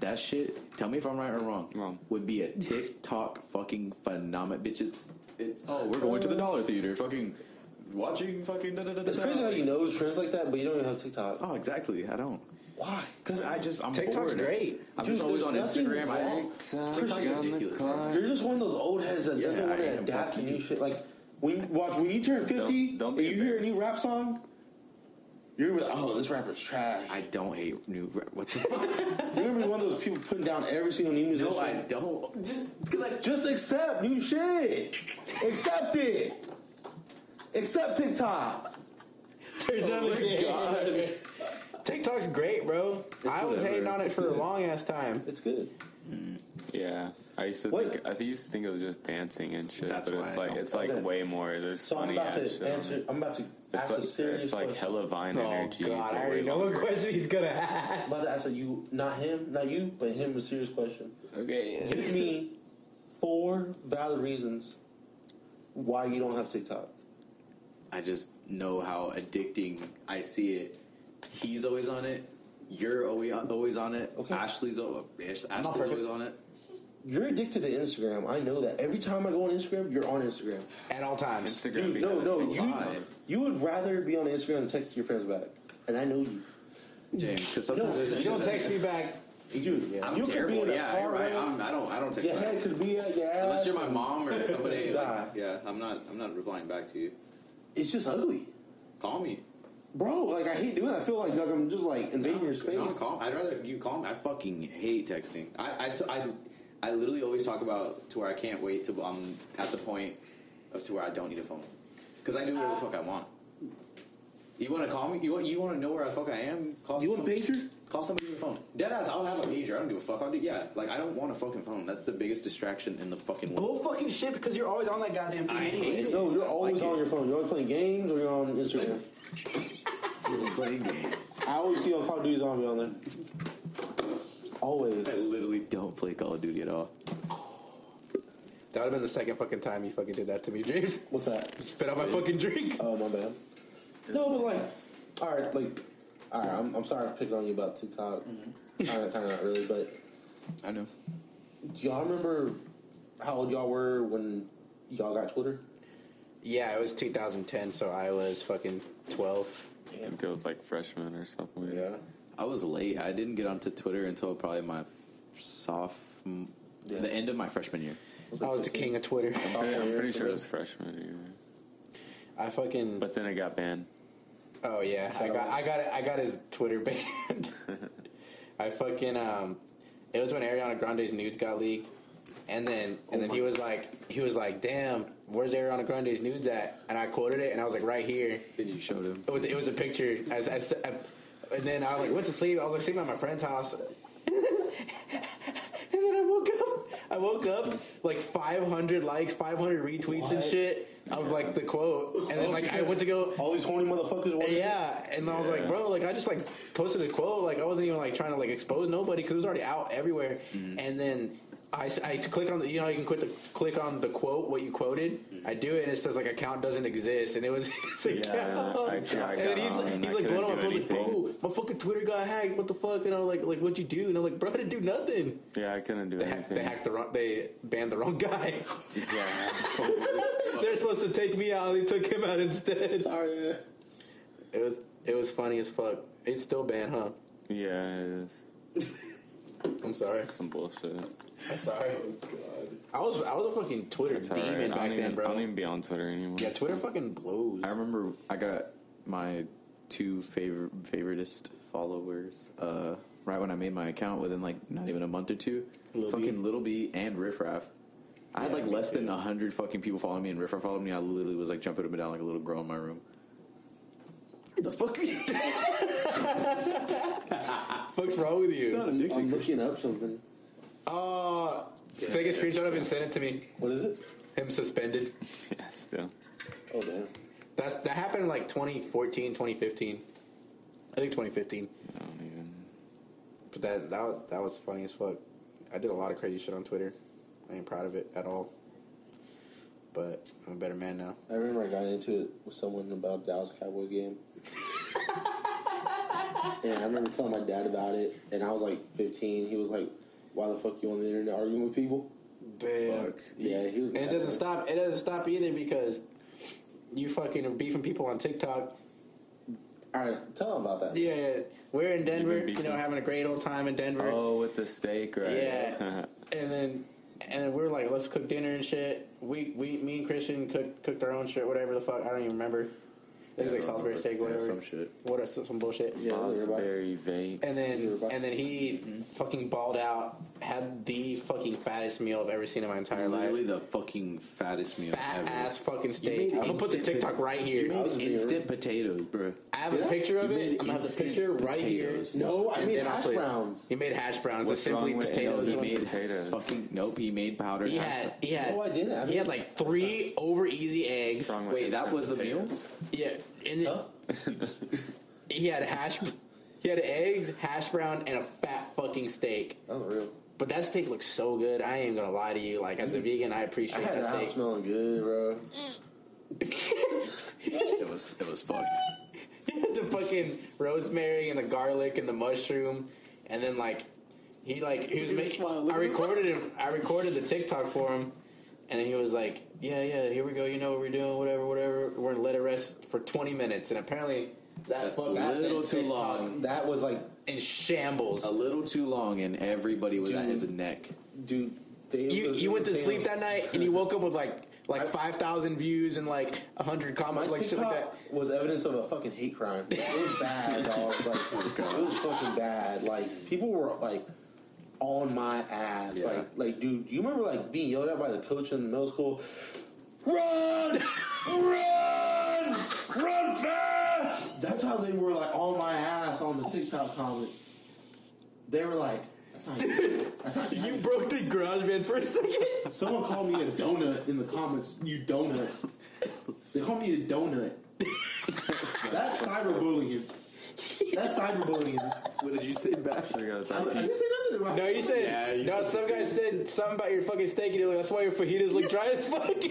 That shit. Tell me if I'm right or wrong. Wrong. Would be a TikTok fucking phenomenon, bitches. It's, oh, we're going to the dollar theater. Fucking watching fucking. Da, da, da, da, It's crazy da. how you know trends like that, but you don't even have TikTok. Oh, exactly. I don't. Why? Cause I just I'm TikTok's bored. great. I'm Dude, just always on there's nothing Instagram. I wrong. don't. TikTok's ridiculous, You're just one of those old heads that Yeah, doesn't want I to am. adapt to Fuck new shit. Like when you watch when you turn fifty Don't- don't be and you hear a new embarrassed. rap song, you're gonna be like, oh, this rapper's trash. I don't hate new. rap- What the fuck? [LAUGHS] you're gonna be one of those people putting down every single new musician. no, I don't. Just because I Just accept new shit. accept it. Accept [LAUGHS] TikTok. There's Oh nothing. [LAUGHS] TikTok's great, bro. I was whatever. hating on it for a long ass time. It's good. Yeah, I used to What? think I used to think it was just dancing and shit, That's but why I it's like don't it's like like it. way more. There's So I'm funny about ass to shit. on answer. it. I'm about to ask a It's like serious it's like question. hella Vine Oh energy. god, but I way already know what longer. question he's gonna ask. [LAUGHS] I'm about to ask a you, not him, not you, but him. A serious question. Okay, Give me four valid reasons why you don't have TikTok. I just know how addicting I see it. He's always on it. You're always always on it. Okay. Ashley's, al- Ash- Ashley's perfect. always on it. You're addicted to Instagram. I know that. Every time I go on Instagram, you're on Instagram. At all times. Instagram. Dude, be no, kinda no, sick. you lie. you would rather be on Instagram than text your friends back, and I know you. James, because sometimes No, there's a You shit don't that- text me back. Dude, I'm you could be terrible. in a yeah, car you're right. right I'm, I don't. I don't text Your back. head could be at your ass. Unless you're my mom or somebody. like, Nah. yeah, I'm not. I'm not replying back to you. It's just ugly, Call me. bro. Like I hate doing. That. I feel like like I'm just like invading your space. No, call. I'd rather you call me. I fucking hate texting. I, I, t- I, I literally always talk about to where I can't wait till I'm at the point of to where I don't need a phone because I do whatever the fuck I want. You want to call me? You want you want to know where the fuck I am? Call You want a some- pager? Call somebody on your phone. Deadass, I'll have a pager. I don't give a fuck. I'll do yeah. Like I don't want a fucking phone. That's the biggest distraction in the fucking world. Bull fucking shit because you're always on that goddamn thing. I hate it. No, you're always Like it. on your phone. You're always playing games or you're on Instagram. You're playing games. I always see on Call of Duty Zombie on there. I Always. literally don't play Call of Duty at all. That would have been the second fucking time you fucking did that to me, James. [LAUGHS] What's that? Spit out my fucking drink. Oh my bad. No, but like, all right, like, all right. I'm, I'm sorry I'm picking on you about TikTok. Kind of, kind of not really, but I know. do y'all remember how old y'all were when y'all got Twitter? Yeah, it was 2010, so I was fucking 12. I think it was like freshman or something. I was late. I didn't get onto Twitter until probably my sophomore, Yeah. the end of my freshman year. it I was the 15? king of Twitter. Yeah, I'm Sophomore pretty year? sure it was freshman year. [LAUGHS] I fucking. But then it got banned. Oh yeah, I got I got I got his Twitter banned. [LAUGHS] I fucking um, it was when Ariana Grande's nudes got leaked, and then and then he was like he was like, "Damn, where's Ariana Grande's nudes at?" And I quoted it, and I was like, "Right here." And you showed him. It was, it was a picture. As, as, I- and then I like went to sleep. I was like sleeping at my friend's house, [LAUGHS] and then I woke up. I woke up like 500 likes, 500 retweets and What? shit of like the quote, and then like I went to go. All these horny motherfuckers. wanted- Yeah, and I was like, Yeah. bro, like I just like posted a quote, like I wasn't even like trying to like expose nobody because it was already out everywhere. Mm-hmm. And then I, s- I click on the, you know, how you can click the click on the quote what you quoted. I do it and it says like account doesn't exist, and it was [LAUGHS] it's a Mm-hmm. I- I account. [LAUGHS] got and then he's on, like, and I he's like blowing up my phone, couldn't like, do bro, my fucking Twitter got hacked. What the fuck? And I'm like, like what'd you do? And I'm like, bro, I didn't do nothing. Yeah, I couldn't do They, hack, anything. they hacked the wrong, they banned the wrong guy. [LAUGHS] Yeah. They're supposed to take me out. They took him out instead. Sorry. man. It was it was funny as fuck. It's still banned, huh? yeah, it is. I'm sorry. Some bullshit. I'm sorry. I was I was a fucking Twitter It's alright. demon I, back don't then, even- I don't bro. even be on Twitter anymore. Yeah, Twitter fucking blows. I remember I got my two favor favoritist followers uh, right when I made my account within like not even a month or two. Lil B. fucking Little B and Riff Raff. I had like less than than hundred fucking people following me, and Riff Raff followed me. I literally was like jumping up and down like a little girl in my room. The fuck are you doing? fuck's wrong with you? not addicted. I'm looking up something. Uh, take a screenshot of it and send it to me. What is it? Him suspended. [LAUGHS] Yeah, still. Oh damn. That's, that happened in like 2014, 2015. I think 2015. I don't even. But that that was, that was funny as fuck. I did a lot of crazy shit on Twitter. I ain't proud of it at all. But I'm a better man now. I remember I got into it with someone about Dallas Cowboy game. and I remember telling my dad about it, and I was like 15. He was like, "Why the fuck you on the internet arguing with people?" Damn. Yeah, he was And it mad. doesn't stop. It doesn't stop either because you fucking are beefing people on TikTok. All right, tell him about that. Yeah, yeah. we're in Denver. been You know, beefing? having a great old time in Denver. Oh, with the steak, right? [LAUGHS] Yeah. and then and then we were like, let's cook dinner and shit. We we me and Christian cooked cooked our own shit, whatever the fuck. I don't even remember. It was like Salisbury steak, whatever. some shit. What some, some bullshit. Yeah, everybody. Raspberry vape. And You're then about- and then he fucking balled out. Had the fucking fattest meal I've ever seen in my entire Literally life. the fucking fattest meal Fat ever. ass fucking made steak. I'm gonna put the instant TikTok video. right here. made- Instant potatoes, bro. I have a picture of You it. made I'm gonna have the instant picture right here. potatoes. No, I And mean then I'll hash play it. browns. He made hash browns. It's What's wrong simply with potatoes. potatoes? He He made made potatoes. fucking nope. He made powdered. He hash had he had No, I didn't. I he had made- like three over easy eggs. What's wrong with Wait, that instant was the meal? potatoes? Yeah, and Huh? it- he had hash, he had eggs, hash brown, and a fat fucking steak. Unreal. But that steak looks so good. I ain't even gonna lie to you. Like as a vegan, I I appreciate had that that house steak. smelling good, bro. [LAUGHS] It was it was fucked. the fucking rosemary and the garlic and the mushroom, and then like he like he was Look at his making. smile, look I at his recorded him. I recorded the TikTok for him, and then he was like, "Yeah, yeah, here we go. You know what we're doing? Whatever, whatever. We're gonna let it rest for 20 minutes." And apparently, that That's fucking a little too TikTok long. That was like, in shambles. A little too long, and everybody was at Dude. his neck. dude. They You those you went to things- sleep that night and you woke up with like like five thousand views and like hundred My comments, like shit TikTok like that. was evidence of a fucking hate crime. It was bad, dog. Like, it was fucking bad. Like people were like on my ass. Yeah. Like, like, dude, you remember like being yelled at by the coach in middle school? Run, run, run fast. That's how they were like on my ass on the TikTok comments. They were like, "That's not you. That's not You broke the garage van for a second. Someone called me a donut in the comments. You donut. They called me a donut. That's cyberbullying. That's cyberbullying. What did you say back? There goes I, I our didn't say nothing about No, you said Yeah, you no. said- some guy said something about your fucking steak, and you're like, that's why your fajitas look dry as fuck.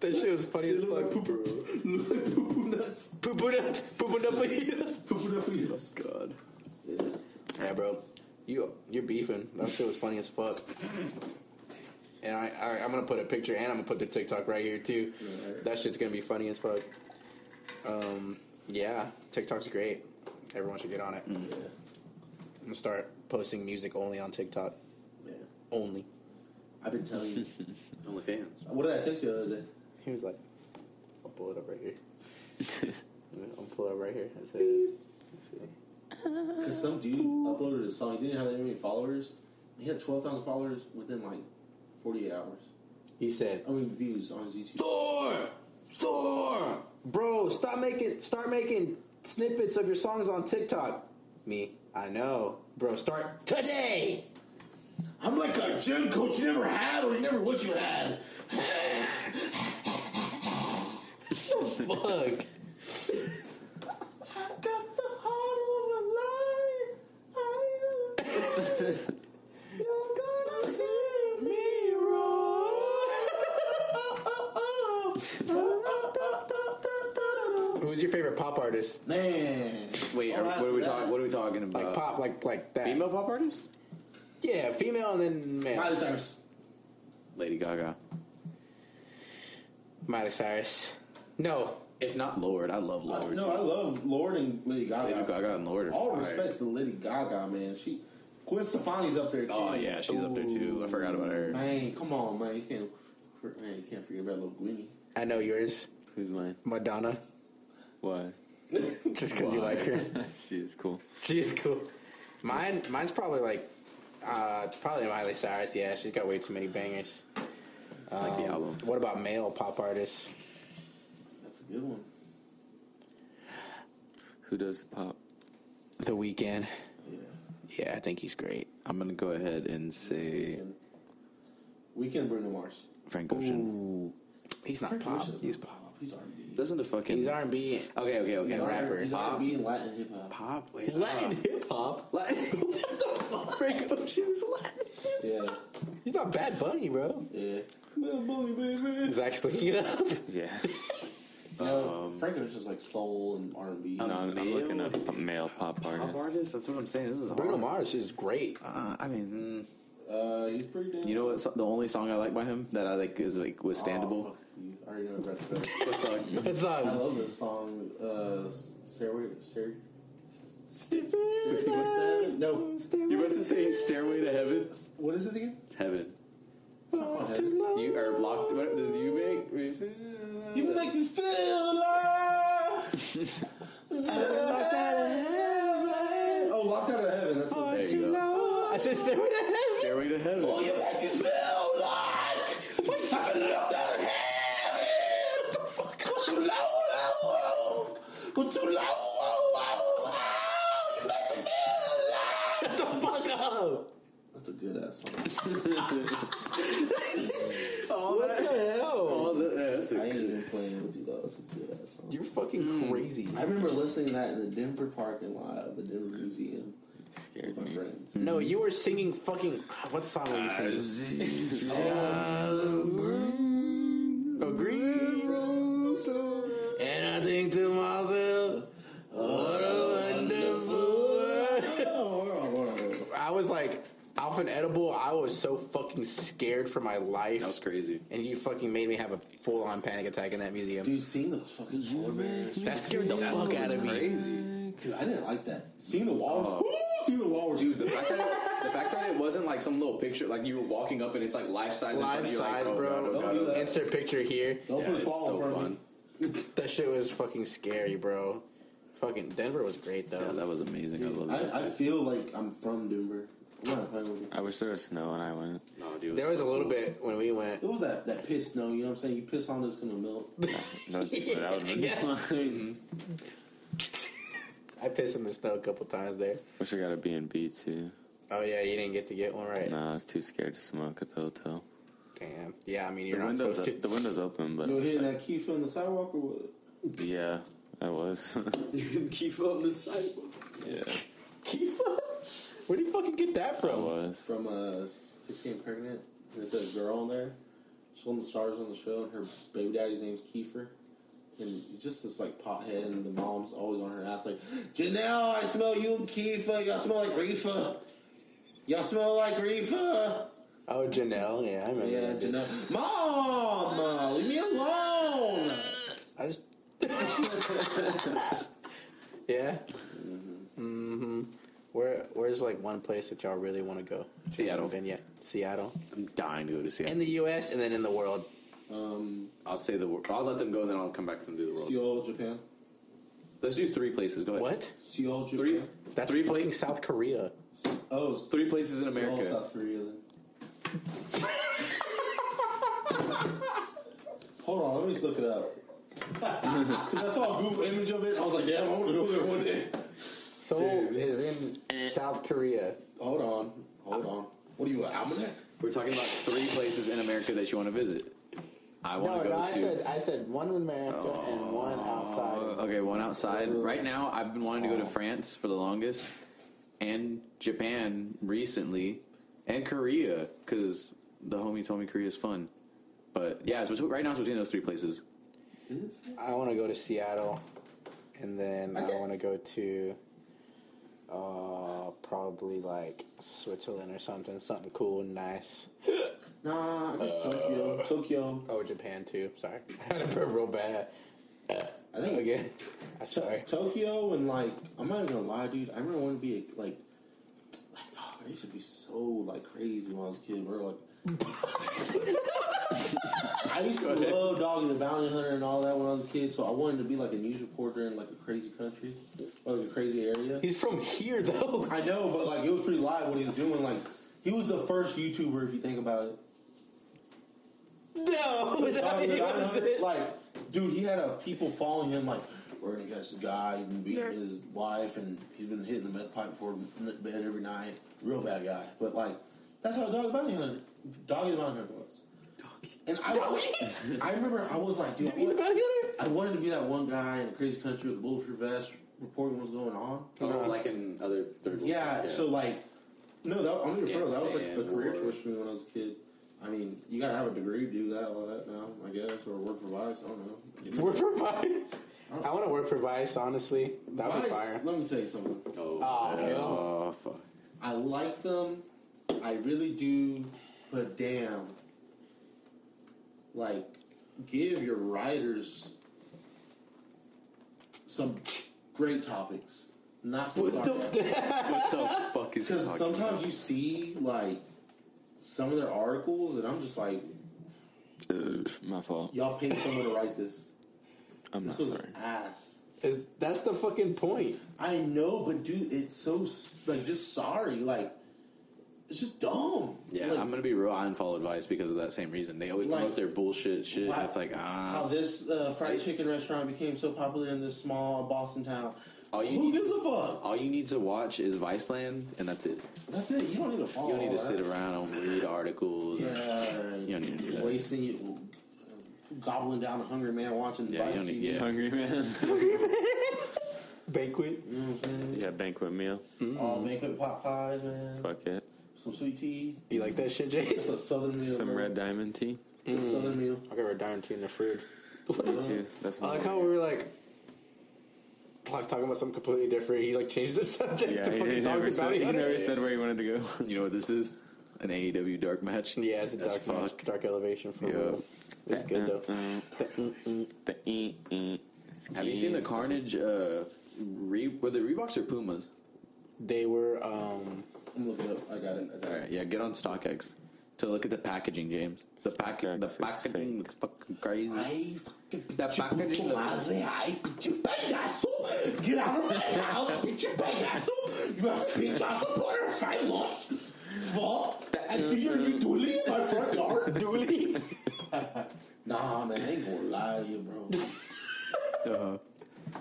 that shit was funny as Look fuck. like poo- look like poo-poo nuts. Poo poo nut, poo poo nut fajitas. Poo-poo nut fajitas. God. Yeah, bro, you you're beefing. That shit was funny as fuck. And I, I I'm gonna put a picture and I'm gonna put the TikTok right here too. That shit's gonna be funny as fuck. Um, yeah, TikTok's great. Everyone should get on it. I'm gonna start posting music only on TikTok. Yeah. Only. I've been telling [LAUGHS] you. Only fans. What did I text you the other day? He was like, I'll pull it up right here. I'll pull it up right here. I said, let's see. Because some dude uploaded a song. He didn't have that many followers. He had 12,000 followers within like 48 hours. He said, I mean, views on his YouTube. Thor, Thor, bro, stop making, start making snippets of your songs on TikTok. Me, I know, bro. Start today. I'm like a gym coach you never had or you never wish you had. Fuck. I got the heart of a lion. [LAUGHS] Who's your favorite pop artist? Man. Wait, are, Oh, what are we that- talking? What are we talking about? Like pop, like like that. Female pop artist? Yeah, female, and then man. Miley Cyrus. Lady Gaga. Miley Cyrus. No, If not Lord, I love Lord. Uh, No, I love Lord and Lady Gaga. Lady Gaga and Lord. Are All fire. respect to Lady Gaga, man. She, Gwen Stefani's up there too. Oh yeah, she's up there too. I forgot about her. Man, come on, man. You can't, man, you can't forget about little Gwenny. I know yours. Who's mine? Madonna. Why? Just because you Why? like her. [LAUGHS] [LAUGHS] she is cool. She is cool. Mine, mine's probably like, uh, probably Miley Cyrus. Yeah, she's got way too many bangers. like the album. What about male pop artists? That's a good one. Who does the pop? The weekend. Yeah, I think he's great. I'm gonna go ahead and say We can Bruno Mars. Frank Ocean. Ooh, he's not Frank pop. Ocean's He's not pop. pop. He's R&B. Doesn't the fucking He's R and B. okay, okay, okay, He's rapper. He's pop, R&B and Latin hip [LAUGHS] hop. pop, wait, Latin pop. hip hop. [LAUGHS] Latin. Frank Ocean is Latin. Yeah, He's not Bad Bunny, bro. yeah. Little bully baby. He's actually [LAUGHS] you know. Yeah. [LAUGHS] No, Um, Frank Ocean's like soul and R&B. No, I'm, I'm male? looking up male pop Pop artists. artist. That's what I'm saying. This is Bruno hard. Mars is great. Uh, I mean, Uh, he's pretty damn. mm, you know what? so- The only song I like by him that I like is like Oh, withstandable. fuck you. I already know what that's about. What song? It's I um, love this song. Uh, stairway, stair. [LAUGHS] Stupid. No, [LAUGHS] You about to say Stairway to Heaven? what is it again? Heaven. It's not called Heaven. You are locked. What, did you make me feel? You make me feel alive. locked out of heaven. Oh, locked out of heaven. That's what There you go. I said stay with that. Stairway to Heaven. You make me feel like I've been locked out of heaven. But too low, low, low. But too low, low, low, low. You make me feel alive. Shut the fuck up. That's a good ass song. All What that. the hell? All that. yeah, That's a I ain't good. even playing with you though. It's a good ass song. You're fucking crazy. I remember listening to that in the Denver parking lot of the Denver Museum with Scared my me. friends. No, you were singing fucking. What song were you singing? Oh, green. And I think to myself, what a wonderful world. I was like, off an edible, I was so fucking scared for my life. That was crazy. And you fucking made me have a full on panic attack in that museum. Dude, seeing those fucking polar bears. that scared the fuck out of me. Crazy. Dude, I didn't like that. Seeing the walls. Ooh, seeing the walls. Dude, the fact, that it, the fact that it wasn't like some little picture, like you were walking up and it's like life size. Life size, "Oh, bro. Don't do that. Insert picture here. Don't Yeah, put it's a wall in so front of fun. me. That shit was fucking scary, bro. Fucking Denver was great though. Yeah, that was amazing. I love it. I, I feel like I'm from Denver. I'm not playing with you. I wish there was snow and I went. No, dude, it there was a so little cool. bit when we went. It was that, that piss snow, you know what I'm saying? You piss on it, it's gonna melt. No, that would have been fun. [LAUGHS] I pissed in the snow a couple times there. Wish I got a B&B too. Oh yeah, you didn't get to get one right. No, I was too scared to smoke at the hotel. Damn. Yeah, I mean The you're not windows, supposed to. the windows open, but You were hitting that key from the sidewalk or what? yeah, I was. [LAUGHS] [LAUGHS] Keep on the sidewalk. yeah, Keep up. Where do you fucking get that I Oh, from? was. from uh, 16 and Pregnant. And it says girl on there. She's one of the stars on the show, and her baby daddy's name's Kiefer. And he's just this like pothead, and the mom's always on her ass, like, Janelle, I smell you and Kiefer. Y'all smell like reefer. Y'all smell like reefer. Oh, Janelle. Yeah, I remember. Yeah, that bitch. Janelle. Mom, uh, leave me alone. I just. [LAUGHS] yeah. Mm-hmm. Where Where's like one place that y'all really want to go? Seattle. Been yet? Seattle. I'm dying to go to Seattle. In the U.S. and then in the world. Um, I'll say the world. I'll let them go, and then I'll come back to them do the world. Seoul, Japan. Let's do three places. Go ahead. What? Seoul, Japan. Three. That's three fucking places. South Korea. Oh, Three places in Seoul, America. South Korea. Then. Hold on, let me just look it up. Because I saw a Google image of it, I was like, damn, I want to go there one day. Seoul is Eh. in South Korea. Hold on, hold on. What are you, an almanac? We're talking about three places in America that you want to visit. I want No, to go Oh. no, I to. said I said one in America and one outside. Okay, one outside. Right now, I've been wanting to go to France for the longest, and Japan recently, and Korea because the homie told me Korea is fun. But yeah, it's between, right now it's between those three places. Is it? I want to go to Seattle, and then I Okay. want to go to uh, probably like Switzerland or something, something cool and nice. Nah, I guess Tokyo. Tokyo. Oh, Japan too. Sorry, [LAUGHS] I had a burp real bad I think again. I'm sorry. Tokyo and like, I'm not even gonna lie, dude. I remember wanting to be like, like, dog, I used to be so like crazy when I was a kid, bro. Like, I used to love Dog and the Bounty Hunter and all that when I was a kid, so I wanted to be like a news reporter in like a crazy country or like a crazy area. He's from here though. [LAUGHS] I know, but like it was pretty live what he was doing. Like he was the first YouTuber, if you think about it. No, Dog and the he Bounty Hunter, wasn't. [LAUGHS] like, dude, he had uh, people following him like. where he has this guy and beat Yeah. his wife, and he's been hitting the meth pipe for bed every night. Real bad guy, but like that's how Doggy Bounty Hunter, Doggy the Bounty Hunter was. And I, I remember I was like, dude, I wanted, I wanted to be that one guy in crazy country with a bulletproof vest reporting what's going on. Oh, like in other third world Yeah, countries, so like, no, that, I'm gonna Yeah, refer that was like a and career war. choice for me when I was a kid. I mean, you gotta have a degree to do that, all that now, I guess, or work for Vice. I don't know. Work for Vice. I want to work for Vice. Honestly, that would be fire. Vice, let me tell you something. oh, Oh, yeah. hell. Oh, fuck. I like them, I really do, but damn, like, give your writers some great topics, not some sarcasm. What the fuck is he Because talking sometimes about? you see like some of their articles, and I'm just like, My fault. y'all paid someone to write this. I'm not This was sorry. ass. Is that's the fucking point? I know, but dude, it's so s- like just sorry, like it's just dumb. Yeah, Like, I'm gonna be real. I unfollow advice because of that same reason. They always Like, promote their bullshit shit. why- it's like how ah, this uh, fried chicken restaurant became so popular in this small Boston town. All Oh, you Who need gives a fuck? all you need to watch is Vice Land, and that's it. That's it. You don't need to follow. You don't need to all sit that. around and read articles. and- Oh, Yeah, You don't need to do that. wasting you. Gobbling down a hungry man watching Yeah, you Vice don't need- TV. yeah. Hungry man. [LAUGHS] Banquet. You know what I'm saying? yeah, banquet meal. All Mm. banquet pot pies, man. Fuck it. Some sweet tea. You like that shit, Jace? It's a southern meal. Some bro. red diamond tea. It's a southern meal. I got a diamond tea in the fridge. Me too. That's I my like how we were like, like talking about something completely different. He like changed the subject Yeah, to he, fucking dog never bounty said, he hunter. never said where he wanted to go. You know what this is? An AEW dark match. Yeah, it's a That's dark, match, fuck. dark elevation for Yeah. real. It's good though. The eh, eh. Have you seen the Carnage? Uh, re- were the Reeboks or Pumas? They were um I'm looking up. I got it. I got All it. right, yeah, get on StockX to look at the packaging, James. The package, StockX the is packaging fake. looks fucking crazy. I The packaging looks Get out of my house, bitch! You You have bitch ass supporter five months. Fuck! I see your new dually in my front yard. Dually. nah, man, I ain't gonna lie to you, bro.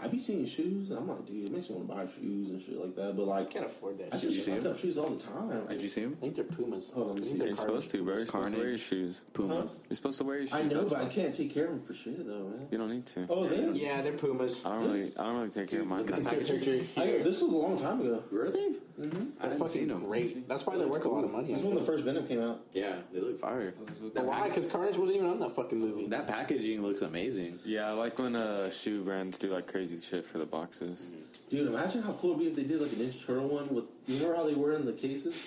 I be seeing shoes. and I'm like, dude, it makes me want to buy shoes and shit like that. But like, can't afford I that. shit. just you see fuck him? up shoes all the time. Did you see him? I think they're Pumas. Hold on, let me I see. think You're they're supposed to, bro. You're supposed to wear your shoes. Pumas. You're supposed to wear your shoes. I know, That's but I why- can't take care of them for shit though, man. You don't need to. Oh, this? Yeah, they're Pumas. I don't really. I don't really take care of mine. look at the Picture, picture I, here. this was a long time ago. Really? I They're haven't fucking seen them. great. That's why they're worth a lot of money. This is when the first Venom came out. Yeah, they look fire. But That, why? pack- Because Carnage wasn't even on that fucking movie. that packaging looks amazing. Yeah, I like when uh, shoe brands do like crazy shit for the boxes. Dude, imagine how cool it'd be if they did like a Ninja Turtle one with. You remember how they were in the cases?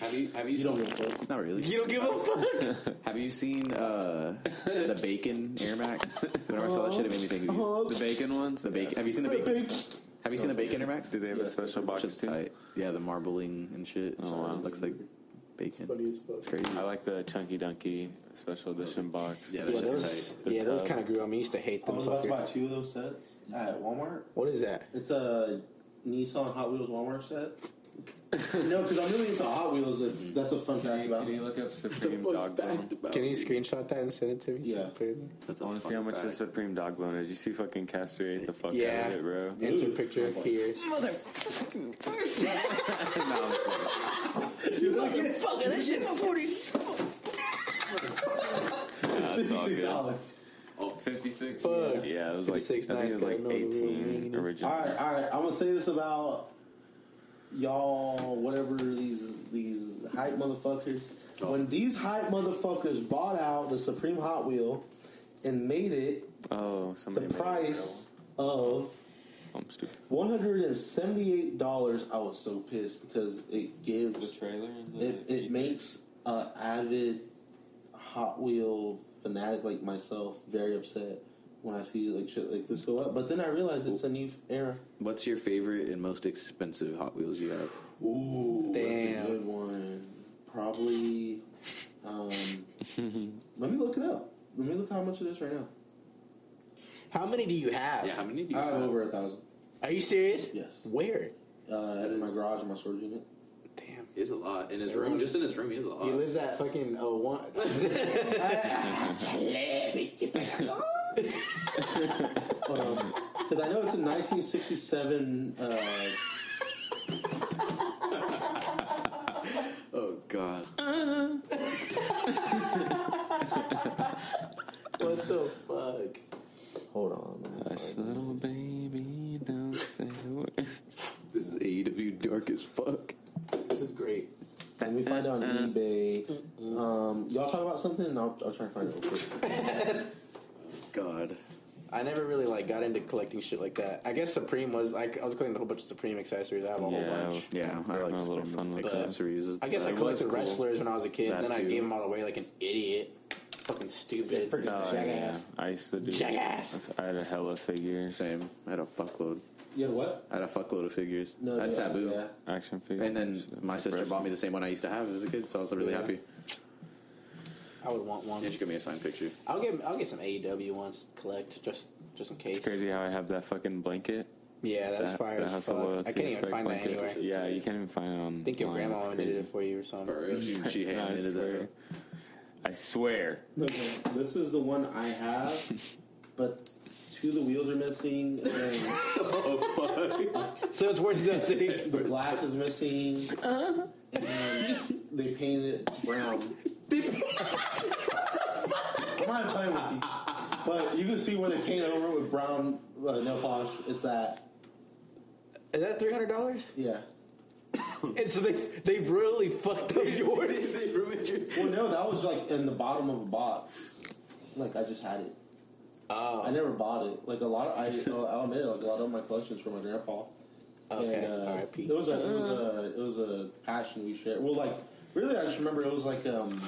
Have you have You don't give a fuck. Not really. don't give a fuck. Have you seen uh, [LAUGHS] the bacon Air Max? Whenever I saw that shit, it made me think Uh-huh. of you. Oh, The bacon ones. The bacon. Have you seen the bacon? Have you seen the bacon Air Max? Do they have a special box Just too? tight. Yeah, the marbling and shit. Oh, wow. looks like bacon. Funny as It's fuck. crazy. I like the chunky donkey special edition box. Yeah, Yeah, that shit's those, tight. yeah, those tub. kind of grew on me. I used to hate I them. was about to buy Fuckers. two of those sets at Walmart. What is that? It's a Nissan Hot Wheels Walmart set. no, because I'm really into Hot Wheels. If that's a fun fact about me. look up Supreme Dog Bone? Can you screenshot that and send it to me? Yeah. Put it in That's I a want to see how fun much the fact. Supreme Dog Bone is. You see fucking castrate the fuck Yeah. out of it, bro. there. Insert picture here. That's all good. $56. Oh, 56? Fuck. Yeah, it was like, I 56, think it was nice, gotta like know the real 18 meaning. originally. All right, all right. I'm gonna say this about y'all, whatever these these hype motherfuckers. When these hype motherfuckers bought out the Supreme Hot Wheel and made it Oh, the somebody made it. Oh, price of I'm stupid. one hundred and seventy eight dollars, I was so pissed because it gives trailer? it, it makes a avid Hot Wheel fanatic like myself very upset when I see like shit like this go up. But then I realize it's a new era. What's your favorite and most expensive Hot Wheels you have? Ooh, Damn. that's a good one. Probably. Um, let me look it up. Let me look how much it is right now. How many do you have? Yeah, how many do you I have have? over a thousand. Are you serious? Yes. Where? Uh, in my is- garage, in my storage unit. Damn. Is a lot in his room. Just in his room, he has a lot. He lives at fucking oh one. [LAUGHS] Hold on. Because I know it's a 1967. Uh, Oh God. what the fuck? Hold on. let me find Hush, little baby, don't say a word. This is AEW E dark as fuck. This is great. Let me find it on Uh, eBay. Um, y'all talk about something, and I'll, I'll try and find it real quick. God. I never really like got into collecting shit like that. I guess Supreme was like I was collecting a whole bunch of Supreme accessories. I have a [LAUGHS] Yeah, whole bunch. Yeah, I Having like a little Supreme fun with that. accessories. is- I guess I that collected was cool. wrestlers when I was a kid. That then I too. gave them all away like an idiot, fucking stupid, Freaking Oh, yeah. jackass. I used to do jackass. I had a hella figures, Same. I had a fuckload. Yeah, what? I had a fuckload of figures. No, I had yeah, Sabu. yeah. action figures. And then my sister bought me the same one I used to have as a kid, so I was really Yeah. happy. I would want one. Yeah, she got me a signed picture. I'll get I'll get some AEW ones. to Collect just just in case. It's crazy how I have that fucking blanket. Yeah, that's that, fire that as House of fuck. Loyalty I can't even respect find that blanket. anywhere. I Yeah, you can't even find it on. think your grandma knitted it for you or something. For real, she, she I handed swear. it I swear. Okay, this is the one [LAUGHS] I have, but two of the wheels are missing. And then Oh, So it's worth nothing. [LAUGHS] the glass is missing. And then they painted it brown. I'm not playing with you. But you can see where they painted over with brown uh, nail polish. It's that. Is that three hundred dollars? Yeah. And so they they really fucked up [LAUGHS] yours. Well, no, that was like in the bottom of a box. Like I just had it. I Oh, never bought it. Like a lot, of, I uh, I'll admit, it, like a lot of my collections from my grandpa. okay. And, uh, R.I.P. It was a it was a it was a passion we shared. Well, like really, I just remember it was like um,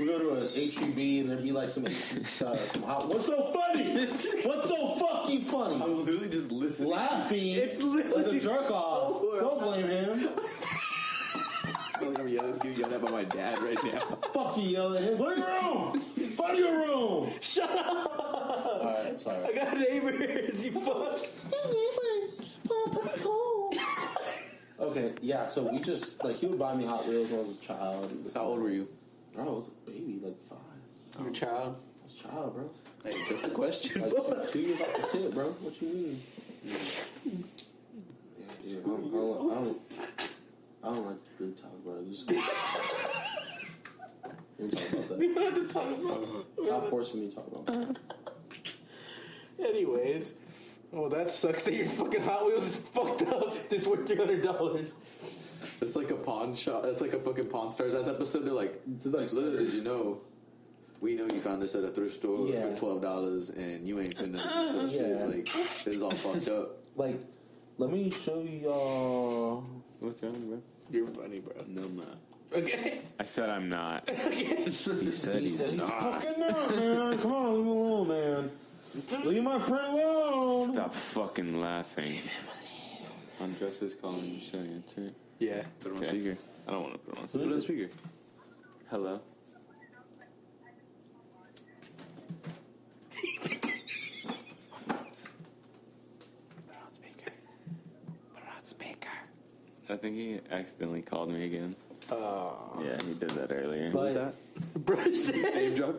we go to a HEB and there'd be like some [LAUGHS] uh, some hot. What's so funny? What's so fucking funny? I was literally just listening. laughing. It's literally- like a jerk off. Don't blame him. I feel like I'm yelling, getting yelled at by my dad right now. Fucking yell at him. Go to your [LAUGHS] room. Go to your room. Shut up. All right, I'm sorry. I got neighbors. You fuck. neighbors. Oh, pretty cool. okay, yeah. So we just like he would buy me Hot Wheels when I was a child. How old were you? Bro, I was a baby, like five. Your child. I was a child, bro. Hey, just a question. [LAUGHS] Like two years off the tip, bro. What you mean? Yeah, dude, I don't, I don't, I don't, I don't like to really talk about it. Just we [LAUGHS] don't talk about that. Stop forcing me to talk about it. Anyways, well that sucks that your fucking Hot Wheels is fucked up. It's worth three hundred dollars. It's like a pawn shop. It's like a fucking Pawn Stars ass episode. They're like, They're like, "Little did you know, we know you found this at a thrift store Yeah. for twelve dollars, and you ain't finna do such Yeah. shit. Like, this is all fucked [LAUGHS] up." Like, let me show y'all. What's wrong, bro? You're funny, bro. No, I'm not. Okay. I said I'm not. He said He said he's [LAUGHS] Fucking up, man. Come on, leave me alone, man. Leave my friend alone. [LAUGHS] Stop fucking laughing. I'm just as calm and showing it too. Yeah. Put him on Okay. speaker. I don't want to put it on. Put him on speaker. Hello. I think he accidentally called me again. Oh. Yeah, he did that earlier. But Name drop.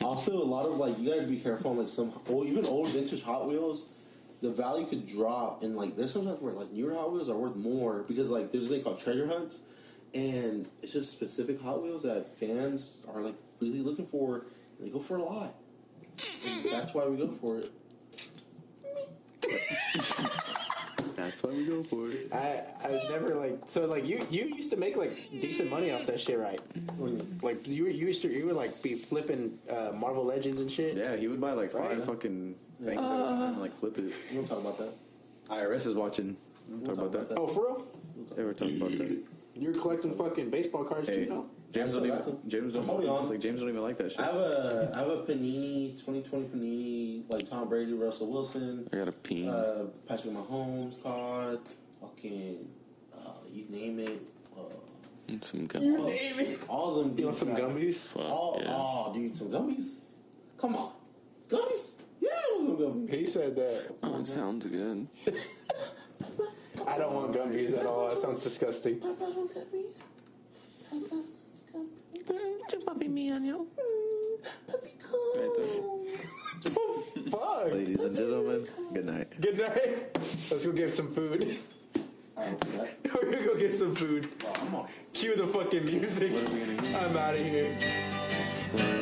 also, a lot of like, you gotta be careful on like some, well, even old vintage Hot Wheels, the value could drop. And like, there's sometimes where like newer Hot Wheels are worth more because like there's a thing called treasure hunts, and it's just specific Hot Wheels that fans are like really looking for, and they go for a lot. And that's why we go for it. That's why we go for it. I I've never like so like you you used to make like decent money off that shit, right? What do you mean? Like you were- you used to you would like be flipping uh, Marvel Legends and shit. Yeah, he would buy like five Right. fucking things at a time and like flip it. We don't talk about that. IRS is watching. Talk about that. Oh, for real? They were talking about that. You're collecting fucking baseball cards [LAUGHS] Hey, too now? James don't That's even. what- James don't. Hold on. Like James don't even like that shit. I have a I have a Panini 2020 Panini like Tom Brady, Russell Wilson, I got a peen. uh, Patrick Mahomes card, fucking uh, you name it, uh, and some gum. Uh, all, all of them. You dude, want some got- gummies? Fuck, All, oh, yeah. all, dude, some gummies. Come on, gummies. Yeah, some gummies. He said that. oh, it sounds good. I don't want gummies at all. That sounds disgusting. Right there. Fuck. Ladies and gentlemen, good night. Good night. Let's go get some food. [LAUGHS] We're gonna go get some food. Cue the fucking music. I'm out of here. Right.